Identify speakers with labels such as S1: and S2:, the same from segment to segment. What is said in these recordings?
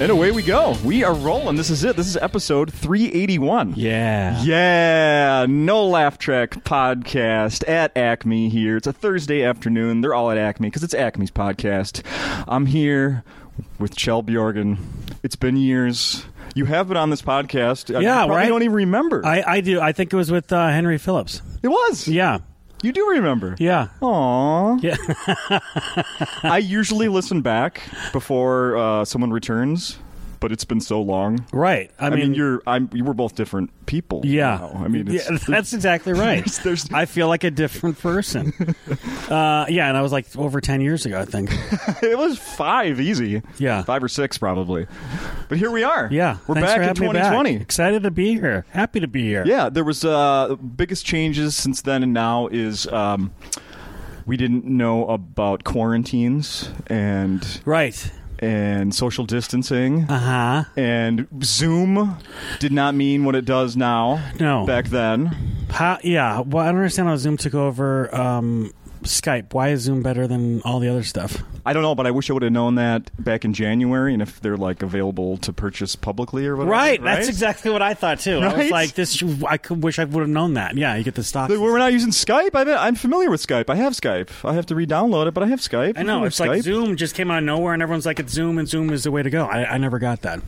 S1: And away we go. We are rolling. This is it. This is episode 381.
S2: Yeah.
S1: Yeah, no laugh track podcast at Acme here. It's a Thursday afternoon. They're all at Acme because it's Acme's podcast. I'm here with Chell Bjorgen. It's been years. You have been on this podcast. I
S2: Yeah,
S1: probably
S2: right?
S1: don't even remember.
S2: I, I do. I think it was with uh, Henry Phillips.
S1: it was.
S2: Yeah.
S1: You do remember.
S2: Yeah.
S1: Aww.
S2: Yeah.
S1: I usually listen back before uh, someone returns, but it's been so long.
S2: Right. I,
S1: I mean, you're I'm you were both different people.
S2: Yeah.
S1: now. I mean, it's,
S2: yeah, that's exactly right.
S1: there's- there's-
S2: I feel like a different person. uh, yeah, and I was like over 10 years ago, I think.
S1: it was five easy.
S2: Yeah.
S1: five or six probably. But here we are.
S2: Yeah.
S1: we're
S2: Thanks
S1: back
S2: for
S1: in
S2: having me
S1: 2020.
S2: Excited to be here. Happy to be here.
S1: Yeah, there was uh biggest changes since then and now is um we didn't know about quarantines and
S2: Right.
S1: and social distancing.
S2: Uh huh.
S1: And Zoom did not mean what it does now.
S2: No.
S1: Back then.
S2: How, yeah. Well, I don't understand how Zoom took over um, Skype. Why is Zoom better than all the other stuff?
S1: I don't know, but I wish I would have known that back in January and if they're like available to purchase publicly or whatever.
S2: Right, that's exactly what I thought too. I
S1: Right?
S2: was like, "This, I could, wish I would have known that." Yeah, you get the stock.
S1: Like, We're not using Skype. I've, I'm familiar with Skype. I have Skype. I have to re-download it, but I have Skype.
S2: I know
S1: have
S2: it's
S1: Skype.
S2: like Zoom just came out of nowhere, and everyone's like, "It's Zoom, and Zoom is the way to go." I, I never got that.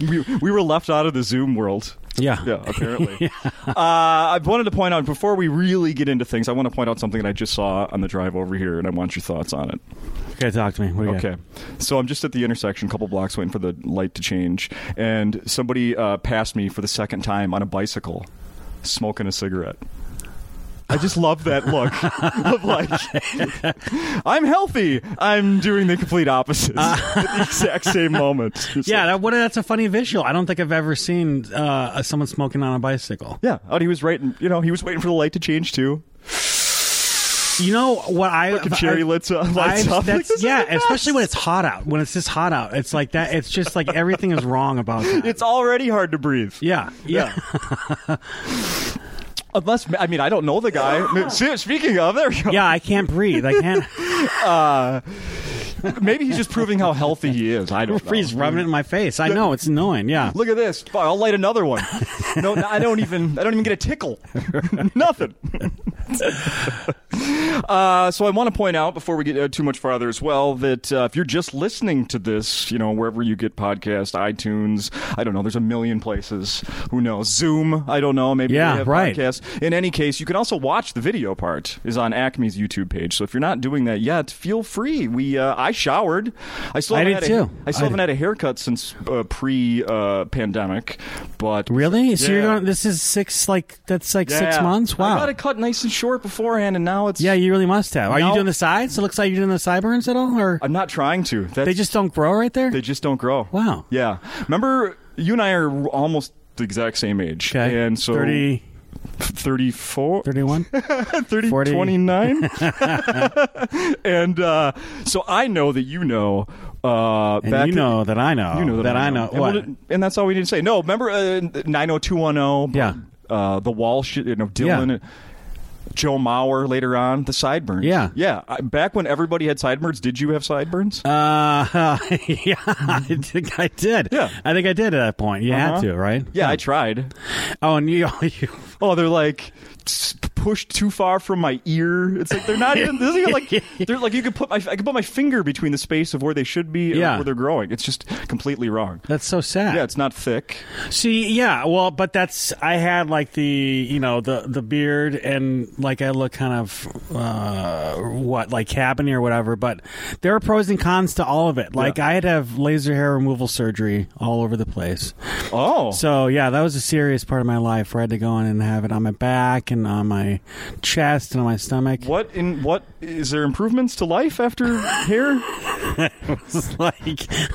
S1: we, we were left out of the Zoom world.
S2: Yeah,
S1: Yeah, apparently. uh, I wanted to point out before we really get into things, I want to point out something that I just saw on the drive over here, and I want your thoughts on it.
S2: Okay, talk to me. What do you got?
S1: Okay, so I'm just at the intersection, a couple blocks, waiting for the light to change, and somebody uh, passed me for the second time on a bicycle, smoking a cigarette. I just love that look of like I'm healthy. I'm doing the complete opposite at the exact same moment. It's
S2: Uh. Yeah,
S1: like-
S2: that, what, that's a funny visual. I don't think I've ever seen uh, someone smoking on a bicycle.
S1: yeah. And he was right. You know, he was waiting for the light to change too.
S2: You know what I?
S1: Fucking cherry
S2: I-
S1: lights up- lights
S2: I've-
S1: up. Like,
S2: that's-
S1: this is
S2: yeah,
S1: the best.
S2: especially when it's hot out. When it's this hot out, it's like that. It's just like everything is wrong about that.
S1: It's already hard to breathe.
S2: yeah, yeah.
S1: Unless I mean I don't know the guy. See, Speaking of, there we go.
S2: yeah, I can't breathe. I can't.
S1: Maybe he's just proving how healthy he is. I don't know.
S2: He's rubbing it in my face. I know it's annoying. Yeah.
S1: Look at this. Fuck, I'll light another one. No, no, I don't even. I don't even get a tickle. Nothing. uh, so I want to point out before we get uh, too much farther as well that uh, if you're just listening to this, you know wherever you get podcasts, iTunes, I don't know. There's a million places. Who knows? Zoom. I don't know. Maybe
S2: Yeah,
S1: they have
S2: right.
S1: podcasts. In any case, you can also watch the video part is on Acme's YouTube page. So if you're not doing that yet, feel free. We uh, I showered. I still
S2: I
S1: haven't
S2: did
S1: had a-
S2: too.
S1: I still
S2: I
S1: haven't
S2: did.
S1: had a haircut since uh, pre-pandemic, but
S2: Really? So you're
S1: Yeah.
S2: going? This is six. Like that's like
S1: Yeah.
S2: six months. Wow.
S1: I got it cut nice and short beforehand, and now it's
S2: yeah, you really must have. Are
S1: No.
S2: you doing the sides? It looks like you're doing the sideburns at all, or
S1: I'm not trying to. That's,
S2: they just don't grow right there.
S1: they just don't grow.
S2: Wow.
S1: Yeah. Remember, you and I are almost the exact same age,
S2: okay.
S1: and so
S2: 30,
S1: 34,
S2: 31?
S1: 30,
S2: 40.
S1: 29. and uh, so I know that you know. Uh,
S2: and
S1: back
S2: you know that I know.
S1: You know that,
S2: I know.
S1: oh And,
S2: what?
S1: we'll- and that's all we need to say. No, remember uh, 90210?
S2: Yeah.
S1: Uh, the wall shit, you know, Dylan, uh, Joe Mauer later on, the sideburns.
S2: Yeah.
S1: Yeah. I, back when everybody had sideburns, did you have sideburns?
S2: uh, yeah, I think I did.
S1: Mm-hmm. Yeah.
S2: I think I did at that point. You
S1: Uh-huh.
S2: had to, right?
S1: yeah, I tried.
S2: Oh, and you, you
S1: Oh, they're like s- pushed too far from my ear. It's like they're not even. This is like they're like you could put my I could put my finger between the space of where they should be and
S2: Yeah.
S1: where they're growing. It's just completely wrong.
S2: that's so sad.
S1: Yeah, it's not thick.
S2: See, yeah, well, but that's I had like the you know the the beard and like I look kind of uh, what like cabiny or whatever. But there are pros and cons to all of it. Like I had to have laser hair removal surgery all over the place.
S1: Oh,
S2: So yeah, that was a serious part of my life where I had to go in and have it on my back and on my chest and on my stomach.
S1: what in what is there improvements to life after hair?
S2: It's like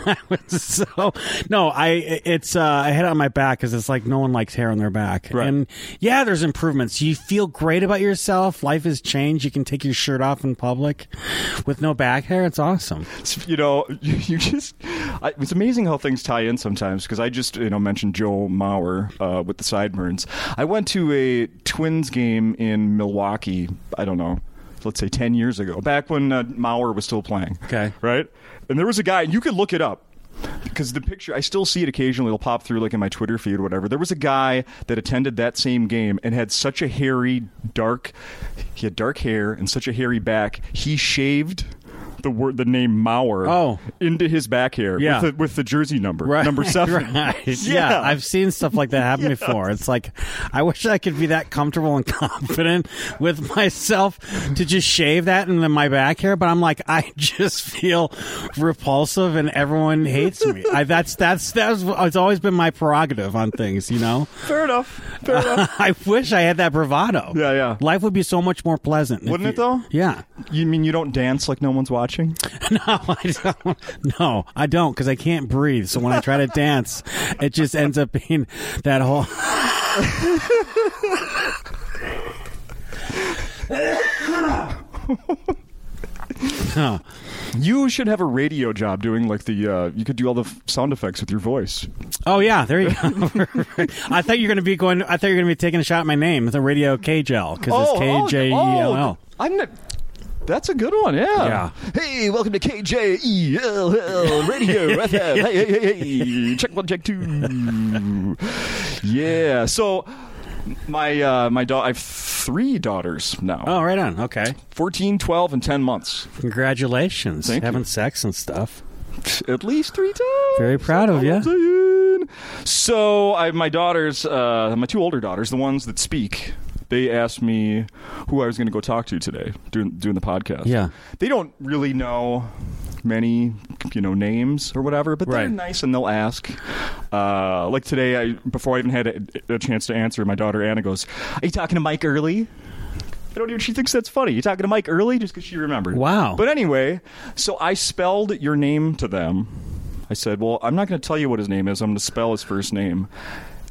S2: I was so no. I it's uh, I had it on my back because it's like no one likes hair on their back.
S1: Right.
S2: And yeah, there's improvements. You feel great about yourself. Life has changed. You can take your shirt off in public with no back hair. It's awesome.
S1: you know, you, you just, I, it's amazing how things tie in sometimes because I just, you know, mentioned Joe Mauer uh, with the sideburns. I went to a Twins game in Milwaukee, I don't know, let's say 10 years ago, back when uh, Mauer was still playing.
S2: Okay.
S1: Right? And there was a guy, and you could look it up. because the picture I still see it occasionally. It'll pop through like in my Twitter feed or whatever. There was a guy that attended that same game and had such a hairy, dark. He had dark hair and such a hairy back. He shaved the word the name Mauer
S2: Oh.
S1: into his back hair
S2: Yeah.
S1: with, the, with the jersey number
S2: Right.
S1: number seven.
S2: Right. Yeah.
S1: Yeah.
S2: I've seen stuff like that happen before. It's like, I wish I could be that comfortable and confident with myself to just shave that and then my back hair. But I'm like, I just feel repulsive and everyone hates me. I, that's, that's, that's, it's always been my prerogative on things, you know?
S1: Fair enough. Fair enough.
S2: I wish I had that bravado.
S1: Yeah, yeah.
S2: Life would be so much more pleasant. if
S1: Wouldn't it,
S2: you-
S1: though?
S2: Yeah.
S1: You mean you don't dance like no one's watching?
S2: No, I don't. No, I don't because I can't breathe. So when I try to dance, it just ends up being that whole. No.
S1: You should have a radio job doing like the. Uh, you could do all the f- sound effects with your voice.
S2: Oh yeah, there you go. I thought you were going to be going. I thought you were going to be taking a shot at my name, the Radio KJL, because
S1: Oh,
S2: it's K J E L L.
S1: I'm. Not, that's a good one. Yeah.
S2: Yeah.
S1: Hey, welcome to KJELL Radio FM. Hey, hey, hey, hey. Check one, check two. yeah. So. My uh, my daughter, I have three daughters now,
S2: Oh, right on. Okay,
S1: 14, 12, and 10 months.
S2: congratulations,
S1: Thank you.
S2: having sex and stuff.
S1: At least three times.
S2: Very proud of you.
S1: Zane. So I, my daughters, uh, my two older daughters, the ones that speak, they asked me who I was going to go talk to today doing doing the podcast.
S2: Yeah.
S1: they don't really know many you know names or whatever, but they're
S2: Right.
S1: nice and they'll ask. Uh, like today, I before I even had a, a chance to answer, my daughter Anna goes, "Are you talking to Mike early?" I don't even. She thinks that's funny. You talking to Mike early just because she remembered.
S2: Wow.
S1: But anyway, so I spelled your name to them. I said, "Well, I'm not going to tell you what his name is. I'm going to spell his first name."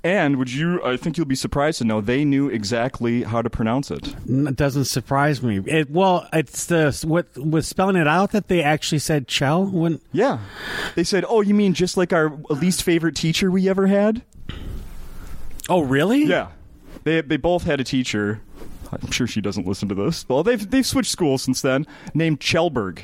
S1: And would you? I think you'll be surprised to know they knew exactly how to pronounce it.
S2: N- It doesn't surprise me. It, well, it's the what with spelling it out that they actually said Chell when
S1: Yeah, they said, "Oh, you mean just like our least favorite teacher we ever had?"
S2: Oh, really?
S1: Yeah, they they both had a teacher. I'm sure she doesn't listen to this. Well, they've they've switched schools since then. Named Chelberg.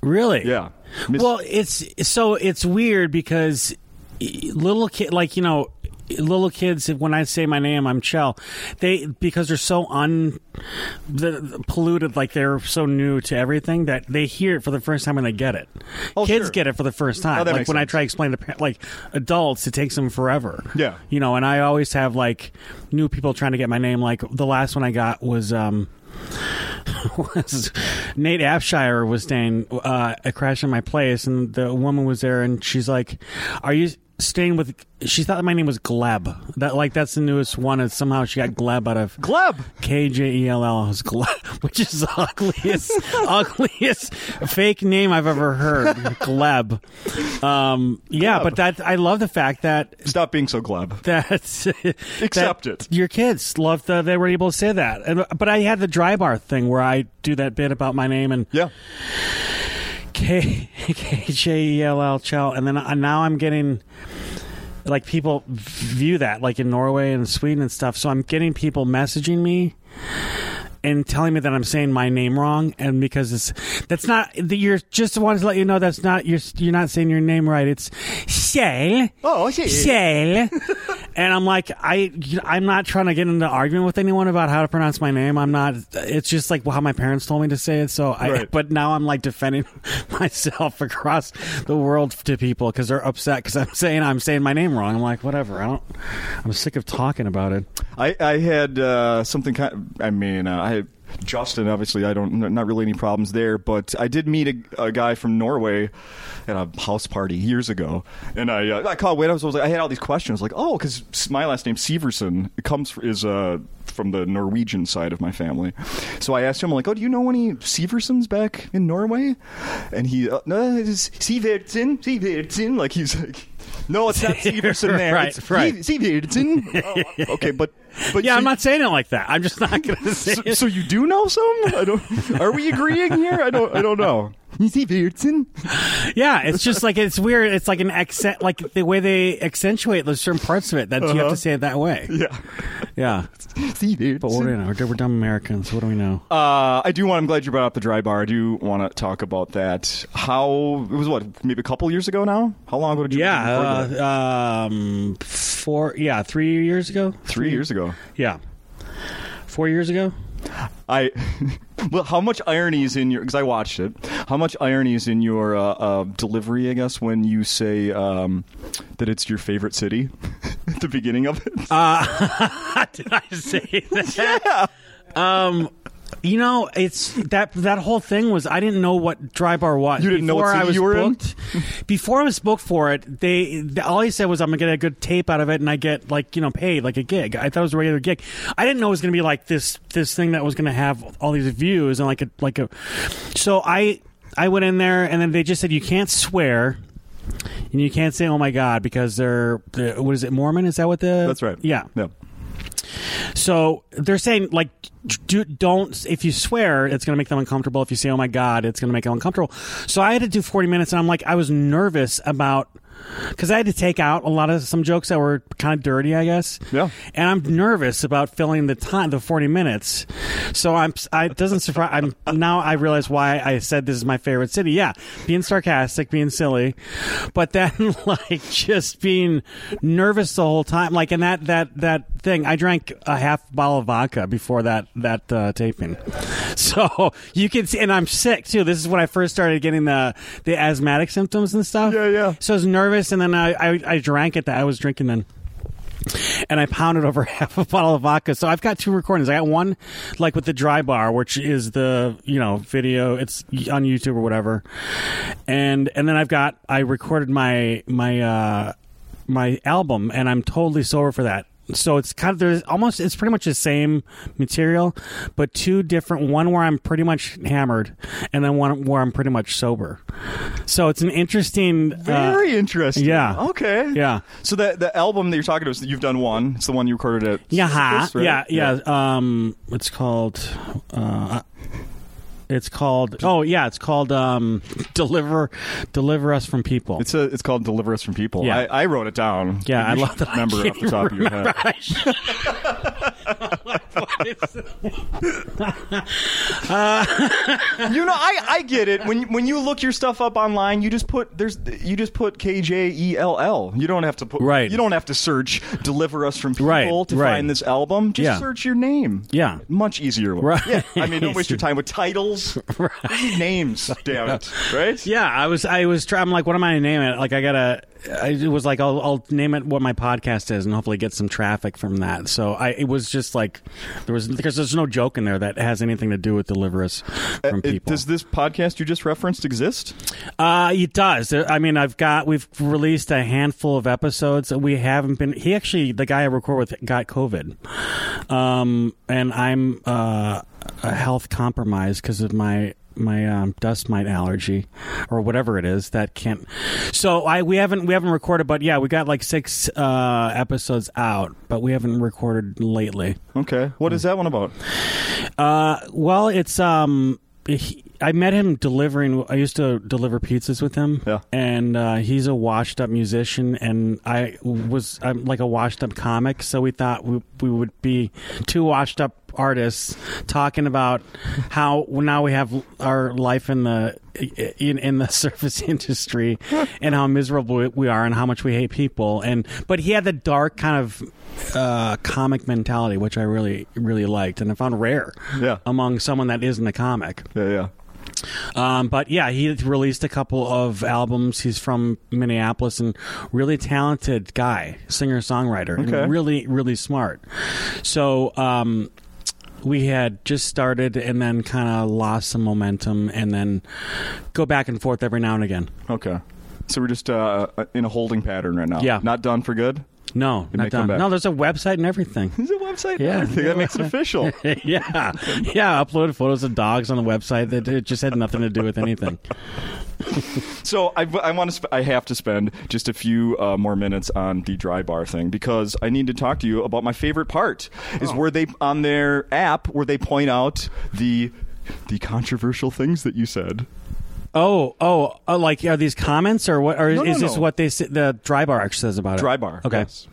S2: Really?
S1: Yeah. Miss-
S2: Well, it's so it's weird because e- little kid like, you know, little kids when I say my name, I'm Chell. They because they're so un the, polluted like they're so new to everything that they hear it for the first time and they get it.
S1: Oh,
S2: kids
S1: sure.
S2: get it for the first time.
S1: Oh, that
S2: like
S1: makes
S2: when I
S1: sense.
S2: try to explain to par- like adults, it takes them forever.
S1: Yeah.
S2: you know and i always have like new people trying to get my name like the last one i got was um was Nate Abshire was staying uh, a crash in my place, and the woman was there, and she's like, "Are you staying with?" She thought my name was Gleb. That like that's the newest one, and somehow she got Gleb out of
S1: Gleb.
S2: K J E L L is Gleb, which is the ugliest, ugliest fake name I've ever heard. Gleb. Um, yeah,
S1: Gleb.
S2: but that I love the fact that
S1: Stop being so gleb.
S2: that's
S1: Accept
S2: that
S1: it.
S2: Your kids loved the, they were able to say that, and but I had the dry bar thing where I do that bit about my name and
S1: Yeah.
S2: K K J E L L Chell, and then I, now I'm getting like people view that like in Norway and Sweden and stuff. So I'm getting people messaging me and telling me that I'm saying my name wrong, and because it's that's not the, you're just wanted to let you know that's not you're you're not saying your name right. It's Shell.
S1: Oh, I see.
S2: Shell. and I'm like, I, you know, I'm not trying to get into an argument with anyone about how to pronounce my name. I'm not. It's just like how my parents told me to say it. So I,
S1: Right.
S2: but now I'm like defending myself across the world to people because they're upset because I'm saying I'm saying my name wrong. I'm like, whatever. I don't. I'm sick of talking about it.
S1: I, I had uh, something kind. I mean, uh, I had Justin. Obviously, I don't n- not really any problems there. But I did meet a, a guy from Norway at a house party years ago, and I uh, I called. Wait, I was, I was like, I had all these questions. Like, oh, because my last name Severson it comes fr- is uh, from the Norwegian side of my family. So I asked him like, oh, do you know any Seversons back in Norway? And he uh, no, it's Severson, Severson. Like he's like. No, it's not Severson there.
S2: Right,
S1: it's
S2: right.
S1: Severson. Oh, okay, but but
S2: Yeah,
S1: so
S2: I'm not saying it like that. I'm just not going to say
S1: so,
S2: it.
S1: so you do know some? I don't. Are we agreeing here? I don't. I don't know. Easy Beardson.
S2: Yeah, it's just like it's weird. It's like an accent, like the way they accentuate those certain parts of it that you have
S1: Uh-huh.
S2: to say it that way.
S1: Yeah.
S2: Yeah,
S1: Easy
S2: but what do we know? We're, we're dumb Americans. What do we know?
S1: Uh, I do want. I'm glad you brought up the dry bar. I do want to talk about that. How it was? What maybe a couple years ago now? How long ago did you?
S2: yeah,
S1: record that?
S2: uh, um, four. Yeah, three years ago.
S1: three years ago.
S2: Yeah, four years ago.
S1: I. Well, how much irony is in your? Because I watched it. How much irony is in your uh, uh, delivery? I guess when you say um, that it's your favorite city at the beginning of it.
S2: Did I say that? Yeah. Um, you know, it's that that whole thing was I didn't know what dry bar was.
S1: You didn't know
S2: before
S1: what city
S2: I was
S1: you were in?
S2: booked. before I was booked for it, they the- all I said was I'm gonna get a good tape out of it, and I get like you know paid like a gig. I thought it was a regular gig. I didn't know it was gonna be like this this thing that was gonna have all these views and like a like a. So I I went in there, and then they just said you can't swear. And you can't say "Oh my God" because they're, they're what is it Mormon? Is that what the?
S1: That's right.
S2: Yeah.
S1: Yeah.
S2: So they're saying like, do, don't if you swear, it's going to make them uncomfortable. If you say, "Oh my god," it's going to make them uncomfortable. So I had to do forty minutes, and I'm like, I was nervous about because I had to take out a lot of some jokes that were kind of dirty, I guess.
S1: Yeah.
S2: And I'm nervous about filling the time, the forty minutes. So I'm. I, it doesn't surprise. I'm now. I realize why I said this is my favorite city. Yeah, being sarcastic, being silly, but then like just being nervous the whole time. Like and that that that thing. I drank a half bottle of vodka before that that uh, taping. So you can see, and I'm sick too. This is when I first started getting the the asthmatic symptoms and stuff.
S1: Yeah, yeah.
S2: So I was nervous, and then I I, I drank it. That I was drinking then and I pounded over half a bottle of vodka. So I've got two recordings. I got one like with the dry bar, which is the you know video. It's on YouTube or whatever, and and then I've got I recorded my my uh, my album, and I'm totally sober for that. So it's kind of there's almost it's pretty much the same material, but two different. One where I'm pretty much hammered, and then one where I'm pretty much sober. So it's an interesting. uh,
S1: Very interesting.
S2: yeah.
S1: Okay.
S2: yeah.
S1: So the the album that you're talking about, you've done one. It's the one you recorded at.
S2: Yeah,
S1: Cyprus, right?
S2: yeah, yeah, Um, it's called. Uh, it's called. Oh, yeah, it's called. Um, deliver, deliver us from people.
S1: It's a, it's called "Deliver Us from People."
S2: Yeah.
S1: I, I wrote it down.
S2: Yeah,
S1: You
S2: I
S1: should
S2: love that I
S1: Remember
S2: can't
S1: off the top of your head. You know, I, I get it. When when you look your stuff up online, you just put there's you just put K J E L L. You don't have to put
S2: Right.
S1: You don't have to search "Deliver Us from People"
S2: Right,
S1: to
S2: right.
S1: find this album. Just
S2: Yeah.
S1: search your name.
S2: yeah,
S1: Much easier.
S2: Right.
S1: Yeah. I mean, don't waste your time with titles. You need Names, damn it. Right?
S2: yeah. I was, I was. Try, I'm like, what am I gonna name it? Like, I gotta. I, it was like, I'll, I'll name it what my podcast is, and hopefully get some traffic from that. So I, it was just like there was because there's no joke in there that has anything to do with deliver us from
S1: Uh, It-
S2: people.
S1: does this podcast you just referenced exist?
S2: Uh, it does. There- I mean, I've got we've released a handful of episodes. We haven't been. He actually, the guy I record with, got COVID, um, and I'm uh, a health compromised because of my my um, dust mite allergy or whatever it is that can't. So I we haven't we haven't recorded, but yeah, we got like six uh, episodes out, but we haven't recorded lately.
S1: Okay. What
S2: Mm.
S1: is that one about?
S2: Uh, well, it's um, he, I met him delivering. I used to deliver pizzas with him.
S1: Yeah.
S2: and uh, he's a washed-up musician, and I was I'm like a washed-up comic. So we thought we, we would be two washed-up artists talking about how now we have our life in the in, in the service industry and how miserable we are and how much we hate people and but he had the dark kind of uh, comic mentality which i really really liked and i found rare
S1: Yeah.
S2: among someone that isn't a comic
S1: Yeah, yeah.
S2: um, but yeah, he released a couple of albums. He's from Minneapolis and really talented guy, singer songwriter,
S1: Okay.
S2: and really really smart. So um, we had just started and then kind of lost some momentum, and then go back and forth every now and again.
S1: Okay. So we're just uh, in a holding pattern right now.
S2: Yeah.
S1: Not done for good.
S2: No,
S1: may
S2: not
S1: come
S2: done.
S1: back.
S2: No, there's a website and everything.
S1: There's a website.
S2: Yeah.
S1: I think that makes it official.
S2: yeah, yeah. I Uploaded photos of dogs on the website that it just had nothing to do with anything.
S1: So I, I want to. Sp- I have to spend just a few uh, more minutes on the dry bar thing because I need to talk to you about my favorite part. Is where they on their app where they point out the the controversial things that you said.
S2: Oh, oh, uh, like are these comments or what? Or
S1: No, no,
S2: is this
S1: no.
S2: what they say, the dry bar actually says about it?
S1: Dry bar.
S2: Okay.
S1: yes.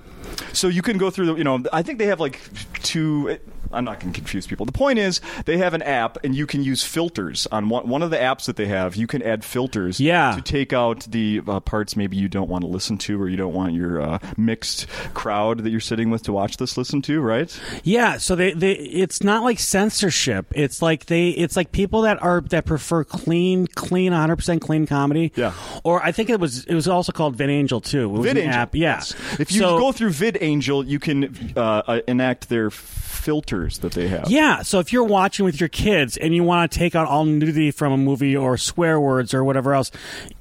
S1: So you can go through the, you know, I think they have like two. I'm not going to confuse people. The point is, they have an app, and you can use filters on one, one of the apps that they have. You can add filters,
S2: Yeah.
S1: to take out the uh, parts maybe you don't want to listen to, or you don't want your uh, mixed crowd that you're sitting with to watch this listen to, right?
S2: Yeah, so they, they it's not like censorship. It's like they it's like people that are that prefer clean, clean, 100% clean comedy.
S1: Yeah.
S2: Or I think it was it was also called VidAngel too. It was an
S1: VidAngel.
S2: app. Yeah.
S1: yes. If you
S2: So-
S1: go through VidAngel, you can uh, uh, enact their filters that they have.
S2: Yeah, so if you're watching with your kids and you want to take out all nudity from a movie or swear words or whatever else,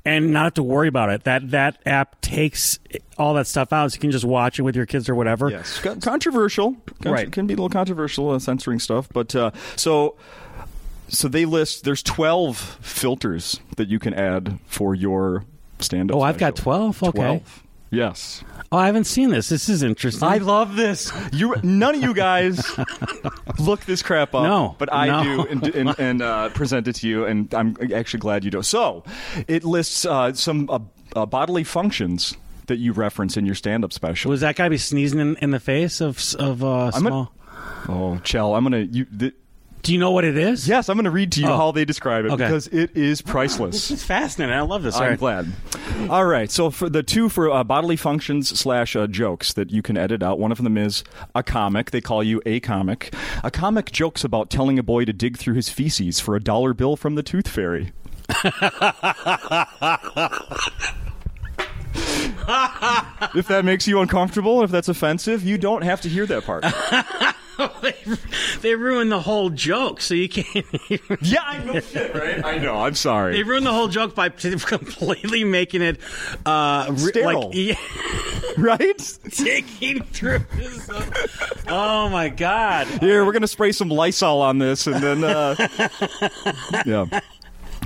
S2: and not have to worry about it, that that app takes all that stuff out, so you can just watch it with your kids or whatever.
S1: Yes, Con- controversial. Con-
S2: Right.
S1: can be a little controversial uh, censoring stuff, but uh, so so they list there's twelve filters that you can add for your stand-up.
S2: Oh, I've got
S1: special.
S2: 12? Okay.
S1: Twelve. Yes,
S2: Oh, I haven't seen this. This is interesting.
S1: love this. You, none of you guys look this crap up.
S2: No,
S1: but I
S2: no.
S1: do, and, and, and uh, present it to you. And I'm actually glad you do. So, it lists uh, some uh, uh, bodily functions that you reference in your stand-up special.
S2: was that guy be sneezing in, in the face of s- of uh,
S1: I'm gonna-
S2: small?
S1: oh, Chell, I'm gonna you. Th-
S2: Do you know what it is?
S1: Yes, I'm going to read to you
S2: Oh.
S1: how they describe it
S2: Okay.
S1: because it is
S2: this
S1: priceless.
S2: is fascinating. I love this. All
S1: I'm
S2: right.
S1: glad. All right, so for the two for uh, bodily functions slash uh, jokes that you can edit out. One of them is a comic. They call you a comic. A comic jokes about telling a boy to dig through his feces for a dollar bill from the tooth fairy. if that makes you uncomfortable, if that's offensive, you don't have to hear that part.
S2: They ruined the whole joke, so you can't.
S1: yeah, I know shit, right? I know. I'm sorry.
S2: They ruined the whole joke by t- completely making it uh, re-
S1: Sterile.
S2: like yeah,
S1: right?
S2: digging through. His own. Oh my god!
S1: Here, we're gonna spray some Lysol on this, and then uh, yeah.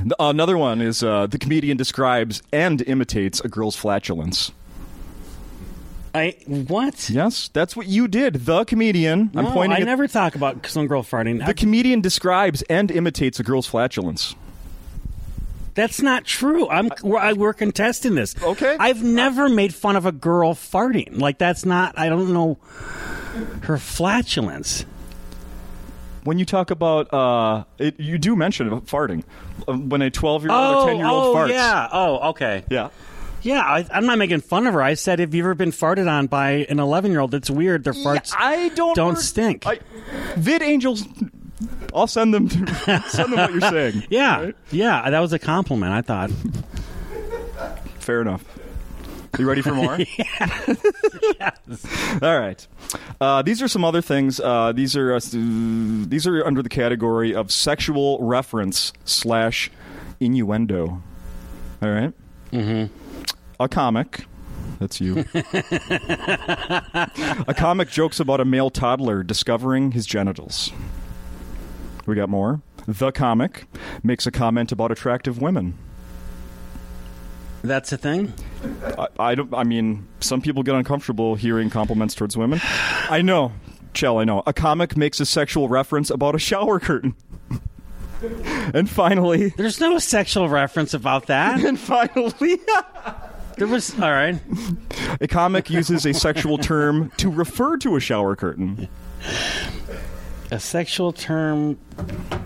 S1: The- Another one is uh, the comedian describes and imitates a girl's flatulence.
S2: I what?
S1: Yes, that's what you did. The comedian. I'm
S2: No,
S1: pointing.
S2: I
S1: at,
S2: never talk about some girl farting. I-
S1: the comedian describes and imitates a girl's flatulence.
S2: that's not true. I'm we're, I, we're contesting this.
S1: Okay.
S2: I've never made fun of a girl farting. Like that's not. I don't know her flatulence.
S1: When you talk about, uh, it, you do mention about farting Uh, when a 12 year old
S2: oh,
S1: or 10 year old
S2: oh
S1: farts.
S2: yeah. Oh, okay.
S1: Yeah.
S2: Yeah, I, I'm not making fun of her. I said, "Have you ever been farted on by an 11 year old? It's weird. Their farts."
S1: Yeah, I don't
S2: don't stink.
S1: I, Vid angels. I'll send them. send them what you're saying.
S2: Yeah, yeah, that was a compliment. I thought.
S1: Fair enough. You ready for more? All right. Uh, these are some other things. Uh, these are uh, s- these are under the category of sexual reference slash innuendo. All right. Mm-hmm. A comic. That's you. a comic jokes about a male toddler discovering his genitals. We got more. The comic makes a comment about attractive women.
S2: That's a thing.
S1: I, I don't. I mean, some people get uncomfortable hearing compliments towards women. I know, Chell. I know. A comic makes a sexual reference about a shower curtain. and finally,
S2: There's no sexual reference about that.
S1: and finally,
S2: There was all right.
S1: a comic uses a sexual term to refer to a shower curtain.
S2: A sexual term.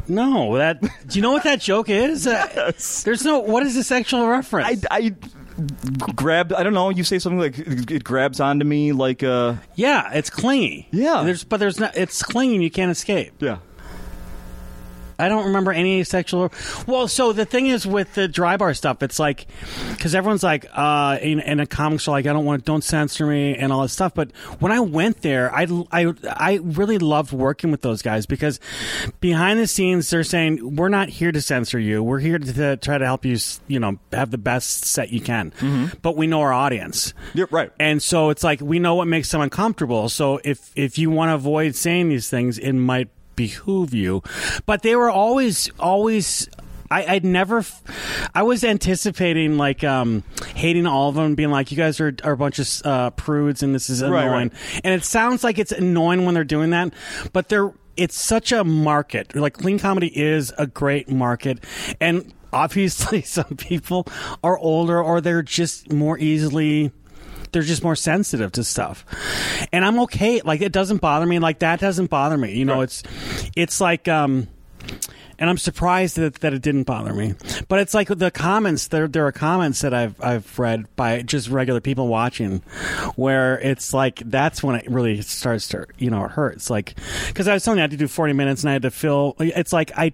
S2: No, that. Do you know what that joke is? Uh, There's no. What is a sexual reference?
S1: I. I grabbed i don't know you say something like it it grabs onto me like uh
S2: yeah, it's clingy.
S1: Yeah.
S2: There's, but there's not. It's clinging. You can't escape.
S1: yeah
S2: I don't remember any sexual. Well, so the thing is with the dry bar stuff, it's like because everyone's like, uh, in, in a comics are like, I don't want, don't censor me and all that stuff. But when I went there, I, I, I really loved working with those guys because behind the scenes, they're saying we're not here to censor you. We're here to, to try to help you, s- you know, have the best set you can. But we know our audience.
S1: yeah right
S2: And so it's like we know what makes them uncomfortable. So if if you want to avoid saying these things, it might behoove you. But they were always always. I, I'd never, f- I was anticipating like um, hating all of them, being like, "You guys are, are a bunch of uh, prudes, and this is
S1: Right,
S2: annoying." And it sounds like it's annoying when they're doing that, but they're it's such a market. Like clean comedy is a great market, and obviously some people are older or they're just more easily they're just more sensitive to stuff and i'm okay like it doesn't bother me like that doesn't bother me you know it's it's like um and i'm surprised that, that it didn't bother me but it's like the comments there there are comments that i've i've read by just regular people watching where it's like that's when it really starts to you know it hurts like because i was telling you i had to do 40 minutes and i had to fill it's like i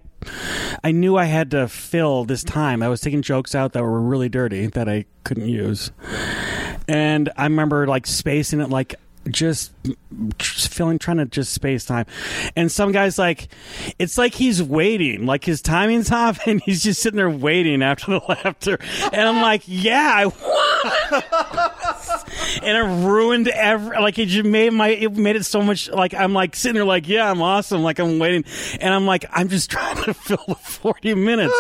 S2: I knew I had to fill this time. I was taking jokes out that were really dirty that I couldn't use. And I remember like spacing it like just just feeling trying to just space time and some guys like it's like he's waiting like his timing's off and he's just sitting there waiting after the laughter and i'm like yeah i and it ruined every like it just made my it made it so much like I'm like sitting there like yeah I'm awesome like I'm waiting and I'm like I'm just trying to fill the 40 minutes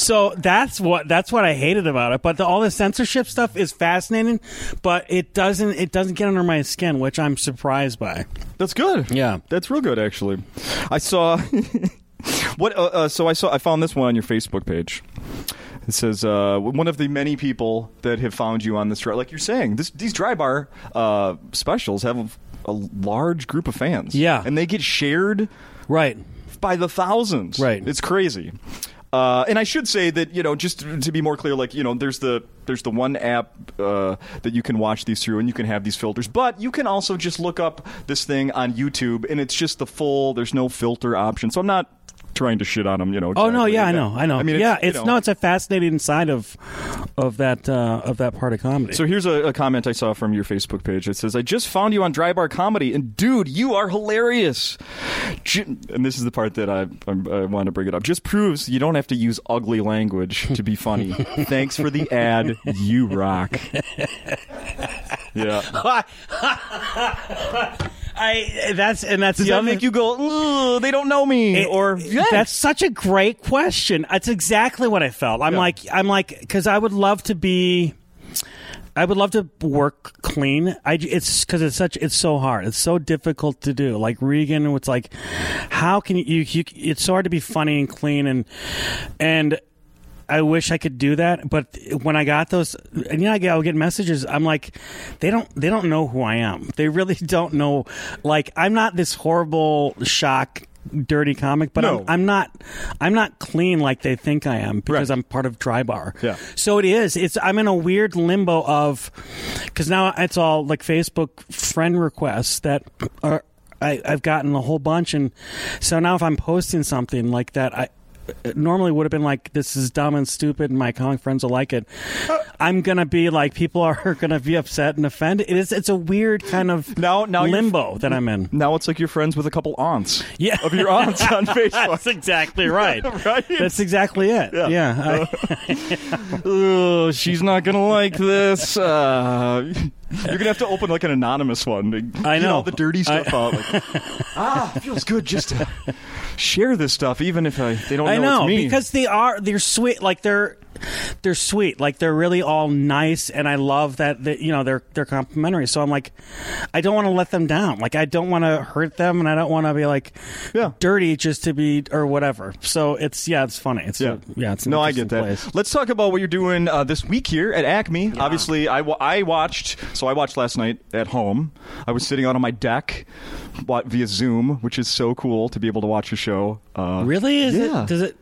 S2: so that's what that's what I hated about it but the, all the censorship stuff is fascinating but it doesn't it doesn't get under my skin which I'm surprised by
S1: That's good.
S2: Yeah.
S1: that's real good actually. I saw what. Uh, uh, so I saw. I found this one on your Facebook page. It says uh, one of the many people that have found you on this dry. Like you're saying, this, these dry bar uh, specials have a, a large group of fans.
S2: Yeah.
S1: and they get shared
S2: right
S1: by the thousands.
S2: Right.
S1: It's crazy. Uh, and I should say that you know, just to be more clear, like you know, there's the there's the one app uh, that you can watch these through, and you can have these filters. But you can also just look up this thing on YouTube, and it's just the full. There's no filter option. So I'm not trying to shit on them. You know.
S2: oh no
S1: exactly.
S2: yeah I know I know
S1: I mean,
S2: yeah
S1: you
S2: it's
S1: know.
S2: no it's a fascinating side of of that uh, of that part of comedy
S1: So here's a, a comment I saw from your Facebook page. It says, "I just found you on Dry Bar Comedy, and dude, you are hilarious." Ju- and this is the part that I, I'm- I want to bring it up. Just proves you don't have to use ugly language to be funny. Thanks for the ad. You rock. yeah,
S2: I that's and that's
S1: does that
S2: another-
S1: make you go? "Ugh, They don't know me,
S2: It-
S1: or yes.
S2: that's such a great question. That's exactly what I felt. I'm
S1: Yeah.
S2: like, I'm like, because I would love to be, I would love to work clean. I j- it's because it's such, it's so hard. It's so difficult to do. Like Regan was like, how can you, you, you it's so hard to be funny and clean and and. I wish I could do that, but when I got those, and yeah, I get, I'll get messages. I'm like, they don't, they don't know who I am. They really don't know. Like, I'm not this horrible shock, dirty comic, but
S1: No.
S2: I'm, I'm not, I'm not clean like they think I am because
S1: Right.
S2: I'm part of Dry Bar.
S1: Yeah.
S2: So it is. It's I'm in a weird limbo of because now it's all like Facebook friend requests that are I, I've gotten a whole bunch, and so now if I'm posting something like that, I it normally would have been like this is dumb and stupid and my comic friends will like it i'm gonna be like people are gonna be upset and offended it is it's a weird kind of
S1: Now- now you're-
S2: limbo that i'm in
S1: now it's like you're friends with a couple aunts.
S2: Yeah.
S1: of your aunts on Facebook.
S2: that's exactly right
S1: Right?
S2: that's exactly it yeah, I-
S1: Ugh, she's not gonna like this. Uh, you're gonna have to open like an anonymous one. To
S2: I
S1: get
S2: know.
S1: all the dirty stuff out. Like, ah, it feels good just to share this stuff, even if I, they don't know,
S2: I
S1: it's
S2: know
S1: me.
S2: because they are they're sweet like they're they're sweet like they're really all nice and I love that that you know they're they're complimentary so I'm like I don't want to let them down like I don't want to hurt them and I don't want to be like
S1: Yeah.
S2: dirty just to be or whatever so it's yeah it's funny it's yeah, yeah it's an
S1: no, I
S2: interesting
S1: get that.
S2: place.
S1: Let's talk about what you're doing uh, this week here at Acme. Obviously, I wa- I watched. So I watched last night at home. I was sitting out on my deck wa- via Zoom, which is so cool to be able to watch a show. Uh,
S2: really is
S1: Yeah.
S2: it does it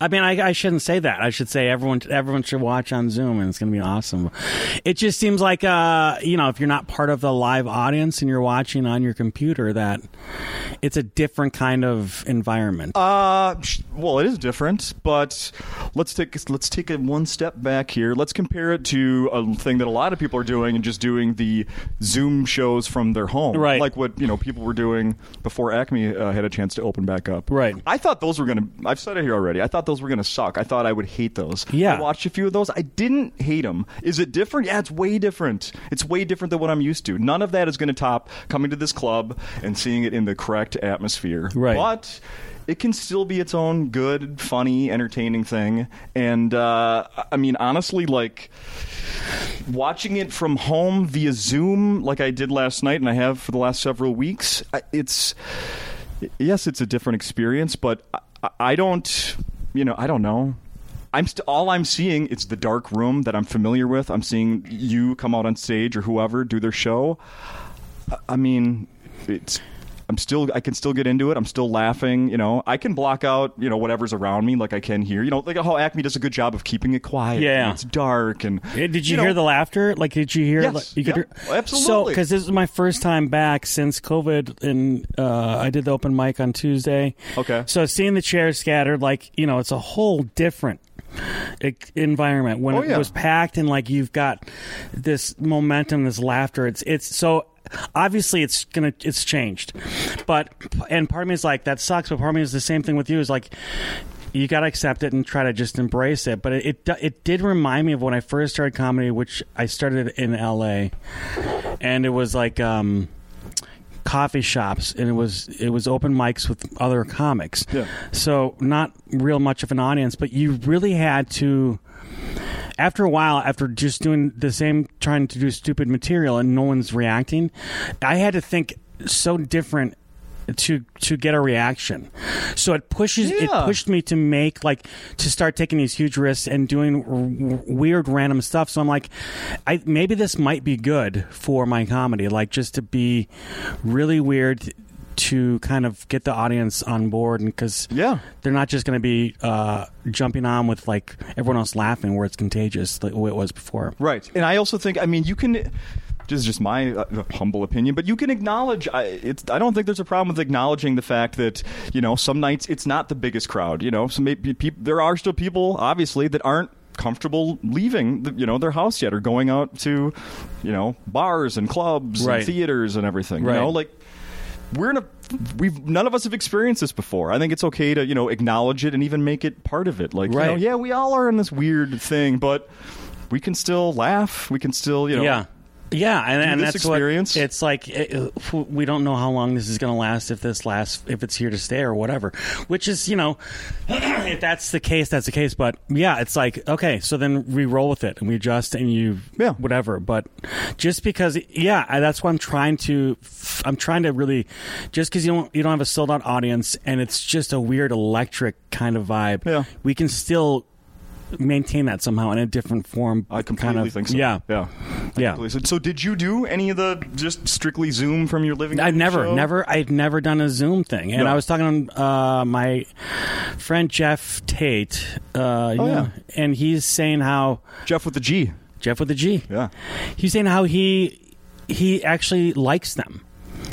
S2: I mean, I, I shouldn't say that. I should say everyone everyone should watch on Zoom, and it's going to be awesome. It just seems like, uh, you know, if you're not part of the live audience and you're watching on your computer, that it's a different kind of environment.
S1: Uh, sh- well, it is different, but let's take let's take it one step back here. Let's compare it to a thing that a lot of people are doing and just doing the Zoom shows from their home,
S2: Right.
S1: Like what you know people were doing before Acme uh, had a chance to open back up,
S2: Right.
S1: I thought those were gonna. I've said it here already. I thought those were gonna suck. I thought I would hate those.
S2: Yeah.
S1: I watched a few of those. I didn't hate them. Is it different? Yeah, it's way different. It's way different than what I'm used to. None of that is gonna top coming to this club and seeing it in the correct atmosphere,
S2: Right.
S1: But but it can still be its own good, funny, entertaining thing. And uh, I mean, honestly, like watching it from home via Zoom, like I did last night, and I have for the last several weeks, I- it's yes, it's a different experience, but I, I don't, you know, I don't know. I'm st- all I'm seeing is the dark room that I'm familiar with. I'm seeing you come out on stage or whoever do their show. I- I mean, it's. I'm still. I can still get into it. I'm still laughing. You know, I can block out. You know, whatever's around me, like I can hear. You know, like how Acme does a good job of keeping it quiet.
S2: Yeah.
S1: and it's dark and.
S2: Eh, Did you,
S1: know,
S2: hear the laughter? Like, did you hear?
S1: Yes,
S2: like, you
S1: yeah, Oh, absolutely.
S2: because this is my first time back since COVID, and uh, I did the open mic on Tuesday.
S1: Okay.
S2: So seeing the chairs scattered, like you know, it's a whole different e- environment when
S1: Oh, yeah.
S2: it was packed, and like you've got this momentum, this laughter. It's it's so obviously it's gonna it's changed, but and part of me is like that sucks, but part of me is the same thing with you is like you got to accept it and try to just embrace it. But it, it do- it did remind me of when I first started comedy, which I started in L.A. and it was like um, coffee shops, and it was it was open mics with other comics.
S1: Yeah.
S2: So not real much of an audience, but you really had to. After a while, after just doing the same, trying to do stupid material and no one's reacting, I had to think so different to to get a reaction. So it pushes it
S1: Yeah.
S2: pushes pushed me to make like to start taking these huge risks and doing r- r- weird random stuff so i'm like i maybe this might be good for my comedy like just to be really weird to kind of get the audience on board and because
S1: Yeah.
S2: they're not just going to be uh, jumping on with like everyone else laughing where it's contagious like the way it was before
S1: Right. And I also think, I mean, you can. This is just my uh, humble opinion, but you can acknowledge. I, it's, I don't think there's a problem with acknowledging the fact that you know some nights it's not the biggest crowd. You know, so maybe peop there are still people, obviously, that aren't comfortable leaving the, you know their house yet or going out to you know bars and clubs
S2: Right.
S1: and theaters and everything. You
S2: Right.
S1: know, like we're in a we've none of us have experienced this before. I think it's okay to you know acknowledge it and even make it part of it. Like you know,
S2: Right.
S1: yeah, we all are in this weird thing, but we can still laugh. We can still you know
S2: yeah yeah and, and
S1: this
S2: that's what-
S1: experience?
S2: it's like it, we don't know how long this is going to last if this lasts if it's here to stay or whatever which is you know if that's the case that's the case but yeah it's like okay so then we roll with it and we adjust and you
S1: Yeah.
S2: whatever but just because yeah I- that's why i'm trying to i'm trying to really just because you don't you don't have a sold out audience and it's just a weird electric kind of vibe
S1: Yeah.
S2: we can still maintain that somehow in a different form
S1: I completely
S2: kind of,
S1: think so.
S2: yeah
S1: yeah, I
S2: Yeah.
S1: completely- So, so did you do any of the just strictly Zoom from your living?
S2: I've
S1: room
S2: never,
S1: show?
S2: never, I've never done a Zoom thing. And
S1: No.
S2: I was talking to uh, my friend Jeff Tate, uh, you
S1: Oh,
S2: know, and he's saying how
S1: Jeff with the G.
S2: Jeff with a G.
S1: Yeah,
S2: He's saying how he he actually likes them,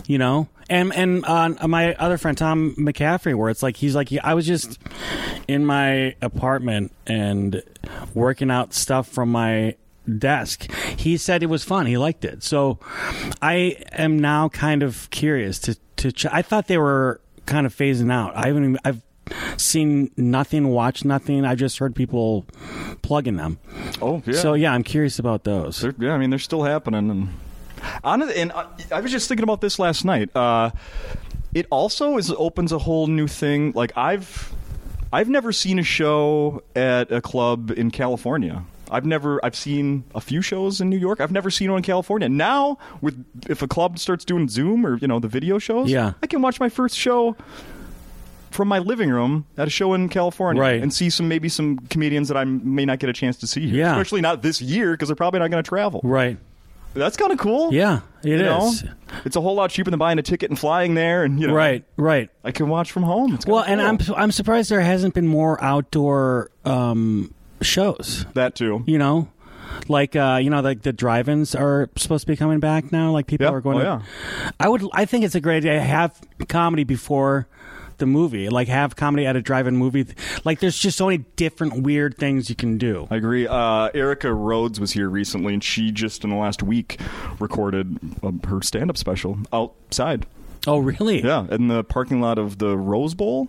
S2: you know. And and uh, my other friend Tom McCaffrey, where it's like he's like I was just in my apartment and working out stuff from my desk. He said it was fun. He liked it. So I am now kind of curious to to. Ch- I thought they were kind of phasing out. I haven't. Even, I've seen nothing, watched nothing. I just heard people plugging them.
S1: oh yeah.
S2: So yeah, I'm curious about those.
S1: They're, yeah, I mean they're still happening. And honest, and I, I was just thinking about this last night. Uh, it also is opens a whole new thing. Like I've I've never seen a show at a club in California. I've never I've seen a few shows in New York. I've never seen one in California. Now with if a club starts doing Zoom or you know the video shows,
S2: Yeah.
S1: I can watch my first show from my living room at a show in California
S2: Right.
S1: and see some maybe some comedians that I may not get a chance to see here.
S2: Yeah.
S1: Especially not this year because they're probably not going to travel.
S2: Right.
S1: That's kind of cool.
S2: Yeah, it is.
S1: you know? It's a whole lot cheaper than buying a ticket and flying there, and you know,
S2: Right, right.
S1: I can watch from home. It's kinda
S2: Well, and
S1: cool.
S2: I'm I'm surprised there hasn't been more outdoor um, shows.
S1: that too.
S2: You know, like uh, you know, like the drive-ins are supposed to be coming back now. Like people
S1: Yeah.
S2: are going.
S1: Oh,
S2: to, I would. I think it's a great idea to have comedy before the movie. Like have comedy at a drive-in movie. Like there's just so many different weird things you can do.
S1: I agree. Uh, Erica Rhodes was here recently, and she just in the last week recorded um, her stand-up special outside.
S2: Oh, really?
S1: Yeah, in the parking lot of the Rose Bowl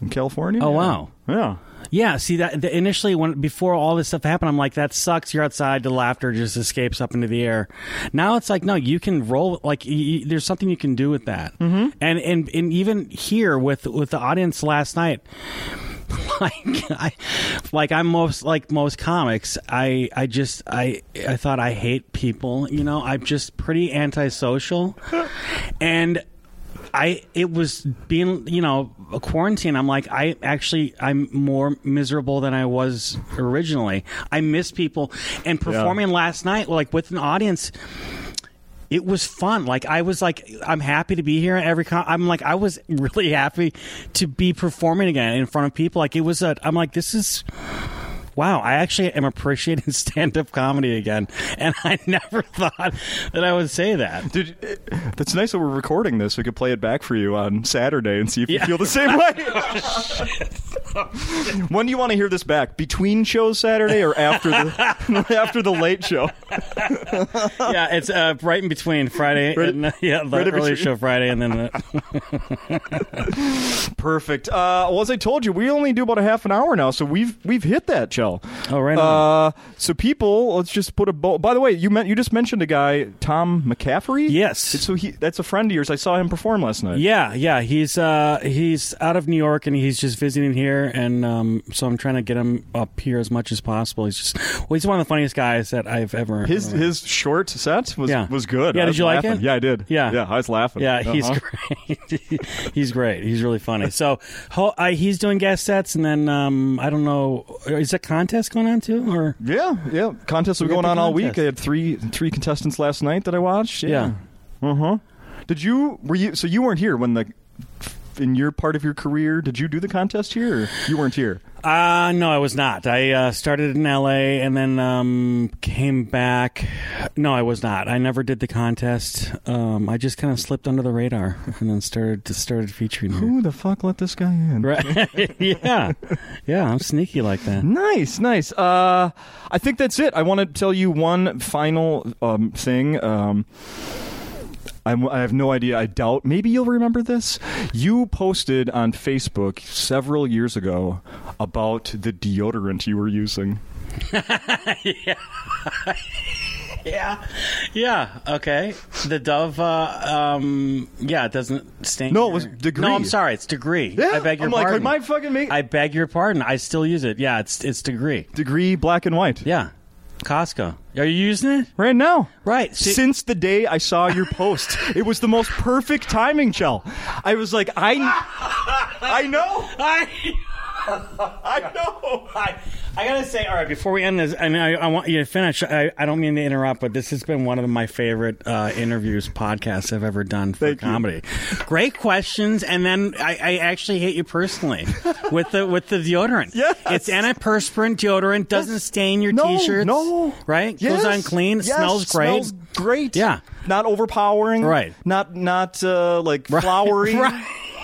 S1: in California.
S2: Oh,
S1: Yeah.
S2: wow.
S1: Yeah.
S2: Yeah, see that the, initially when before all this stuff happened, I'm like, that sucks. You're outside, the laughter just escapes up into the air. Now it's like, no, you can roll. Like, y y- there's something you can do with that. Mm-hmm. And and and even here with with the audience last night, like I, like I'm most like most comics. I I just I I thought I hate people. You know, I'm just pretty antisocial, and. I it was being you know a quarantine. I'm like I actually I'm more miserable than I was originally. I miss people and performing last night like with an audience. It was fun. Like I was like I'm happy to be here. at Every con- I'm like I was really happy to be performing again in front of people. Like it was a I'm like this is wow, I actually am appreciating stand up comedy again. And I never thought that I would say that.
S1: Did, that's nice that we're recording this. We could play it back for you on Saturday and see if you
S2: Yeah.
S1: feel the same way. when do you want to hear this back? Between shows Saturday or after the after the late show?
S2: yeah, it's uh, right in between Friday
S1: Right-
S2: and yeah, the
S1: right in
S2: early
S1: between.
S2: show Friday and then the,
S1: Perfect. Uh, well, as I told you, we only do about a half an hour now, so we've we've hit that, Chell.
S2: Oh, right
S1: Uh, so people, let's just put a. Bo- By the way, you meant you just mentioned a guy, Tom McCaffrey.
S2: Yes.
S1: So he that's a friend of yours. I saw him perform last night.
S2: Yeah, yeah, he's uh he's out of New York and he's just visiting here and um so I'm trying to get him up here as much as possible. He's just well, he's one of the funniest guys that I've ever
S1: His his short set was
S2: Yeah.
S1: was good.
S2: Yeah,
S1: I
S2: did
S1: was
S2: you like
S1: laughing.
S2: it?
S1: Yeah, I did.
S2: Yeah.
S1: yeah, I was laughing.
S2: Yeah, he's
S1: Uh-huh.
S2: great. he's great. He's really funny. So ho- I, he's doing guest sets, and then um, I don't know. Is that contest going on too? Or
S1: Yeah, yeah. Contests were
S2: We got
S1: going
S2: the
S1: on all week.
S2: contest.
S1: I had three three contestants last night that I watched. Yeah. Uh huh. Did you were you so you weren't here when the in your part of your career did you do the contest here? Or you weren't here.
S2: Uh, no, I was not. I uh, started in L.A. and then um, came back. No, I was not. I never did the contest. Um, I just kind of slipped under the radar and then started started featuring. Here.
S1: Who the fuck let this guy in?
S2: Right? yeah, yeah. I'm sneaky like that.
S1: Nice, nice. Uh, I think that's it. I want to tell you one final um, thing. Um, I'm, I have no idea. I doubt. Maybe you'll remember this. You posted on Facebook several years ago about the deodorant you were using.
S2: Yeah, yeah. Okay. The Dove. Uh, um, yeah, it doesn't stink.
S1: No, it was
S2: or-
S1: Degree.
S2: No, I'm sorry. It's degree. I beg your
S1: am
S2: pardon.
S1: like, my fucking ma-
S2: I beg your pardon. I still use it. Yeah, it's it's degree.
S1: degree black and white.
S2: Yeah, Costco. Are you using it?
S1: Right now.
S2: Right. See-
S1: Since the day I saw your post, it was the most perfect timing, Chell. I was like, I, I know,
S2: I
S1: I know.
S2: I, I gotta say, all right. Before we end this, and I, I want you to finish. I, I don't mean to interrupt, but this has been one of my favorite uh, interviews, podcasts I've ever done for
S1: Thank you.
S2: comedy. Great questions, and then I, I actually hate you personally with the with the deodorant.
S1: Yes.
S2: it's antiperspirant deodorant. Doesn't stain your
S1: No,
S2: t-shirts.
S1: no,
S2: right?
S1: Yes,
S2: Goes on clean.
S1: yes,
S2: smells great.
S1: Smells great.
S2: Yeah.
S1: not overpowering.
S2: Right.
S1: Not not uh, like flowery.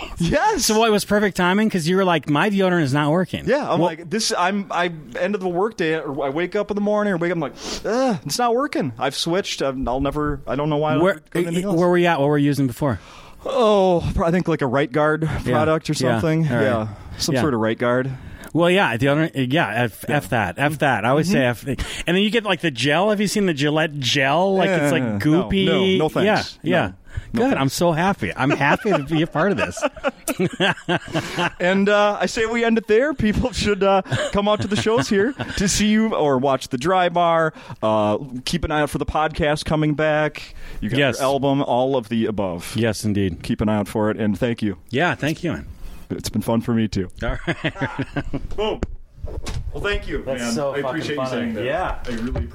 S2: Right.
S1: Yes.
S2: So it was perfect timing because you were like, my deodorant is not working.
S1: yeah, I'm
S2: Well,
S1: like this. I'm I end of the workday. Or I wake up in the morning. Or wake up. I'm like, Ugh, it's not working. I've switched. I'm, I'll never. I don't know why. I don't
S2: Where,
S1: do anything else.
S2: where were you at? What were you using before?
S1: Oh, I think like a right guard product or
S2: Yeah.
S1: something.
S2: All right.
S1: Yeah, some
S2: Yeah.
S1: sort of right guard.
S2: Well, yeah, the other, yeah, F, F that, F that. I always
S1: Mm-hmm.
S2: say F, and then you get like the gel. Have you seen the Gillette gel? Like it's like
S1: Yeah.
S2: goopy.
S1: No, no, no thanks.
S2: Yeah, yeah.
S1: No.
S2: Good. I'm so happy. I'm happy to be a part of this.
S1: And uh, I say we end it there. People should uh, come out to the shows here to see you or watch the Dry Bar. Uh, keep an eye out for the podcast coming back. You got
S2: Yes.
S1: your album, all of the above.
S2: Yes, indeed.
S1: Keep an eye out for it. And thank you.
S2: Yeah. Thank you. Man.
S1: It's been fun for me too.
S2: All right.
S1: Boom. Well, thank you,
S2: That's
S1: man.
S2: so
S1: I
S2: fucking
S1: appreciate you
S2: funny.
S1: saying that.
S2: Yeah.
S1: I really.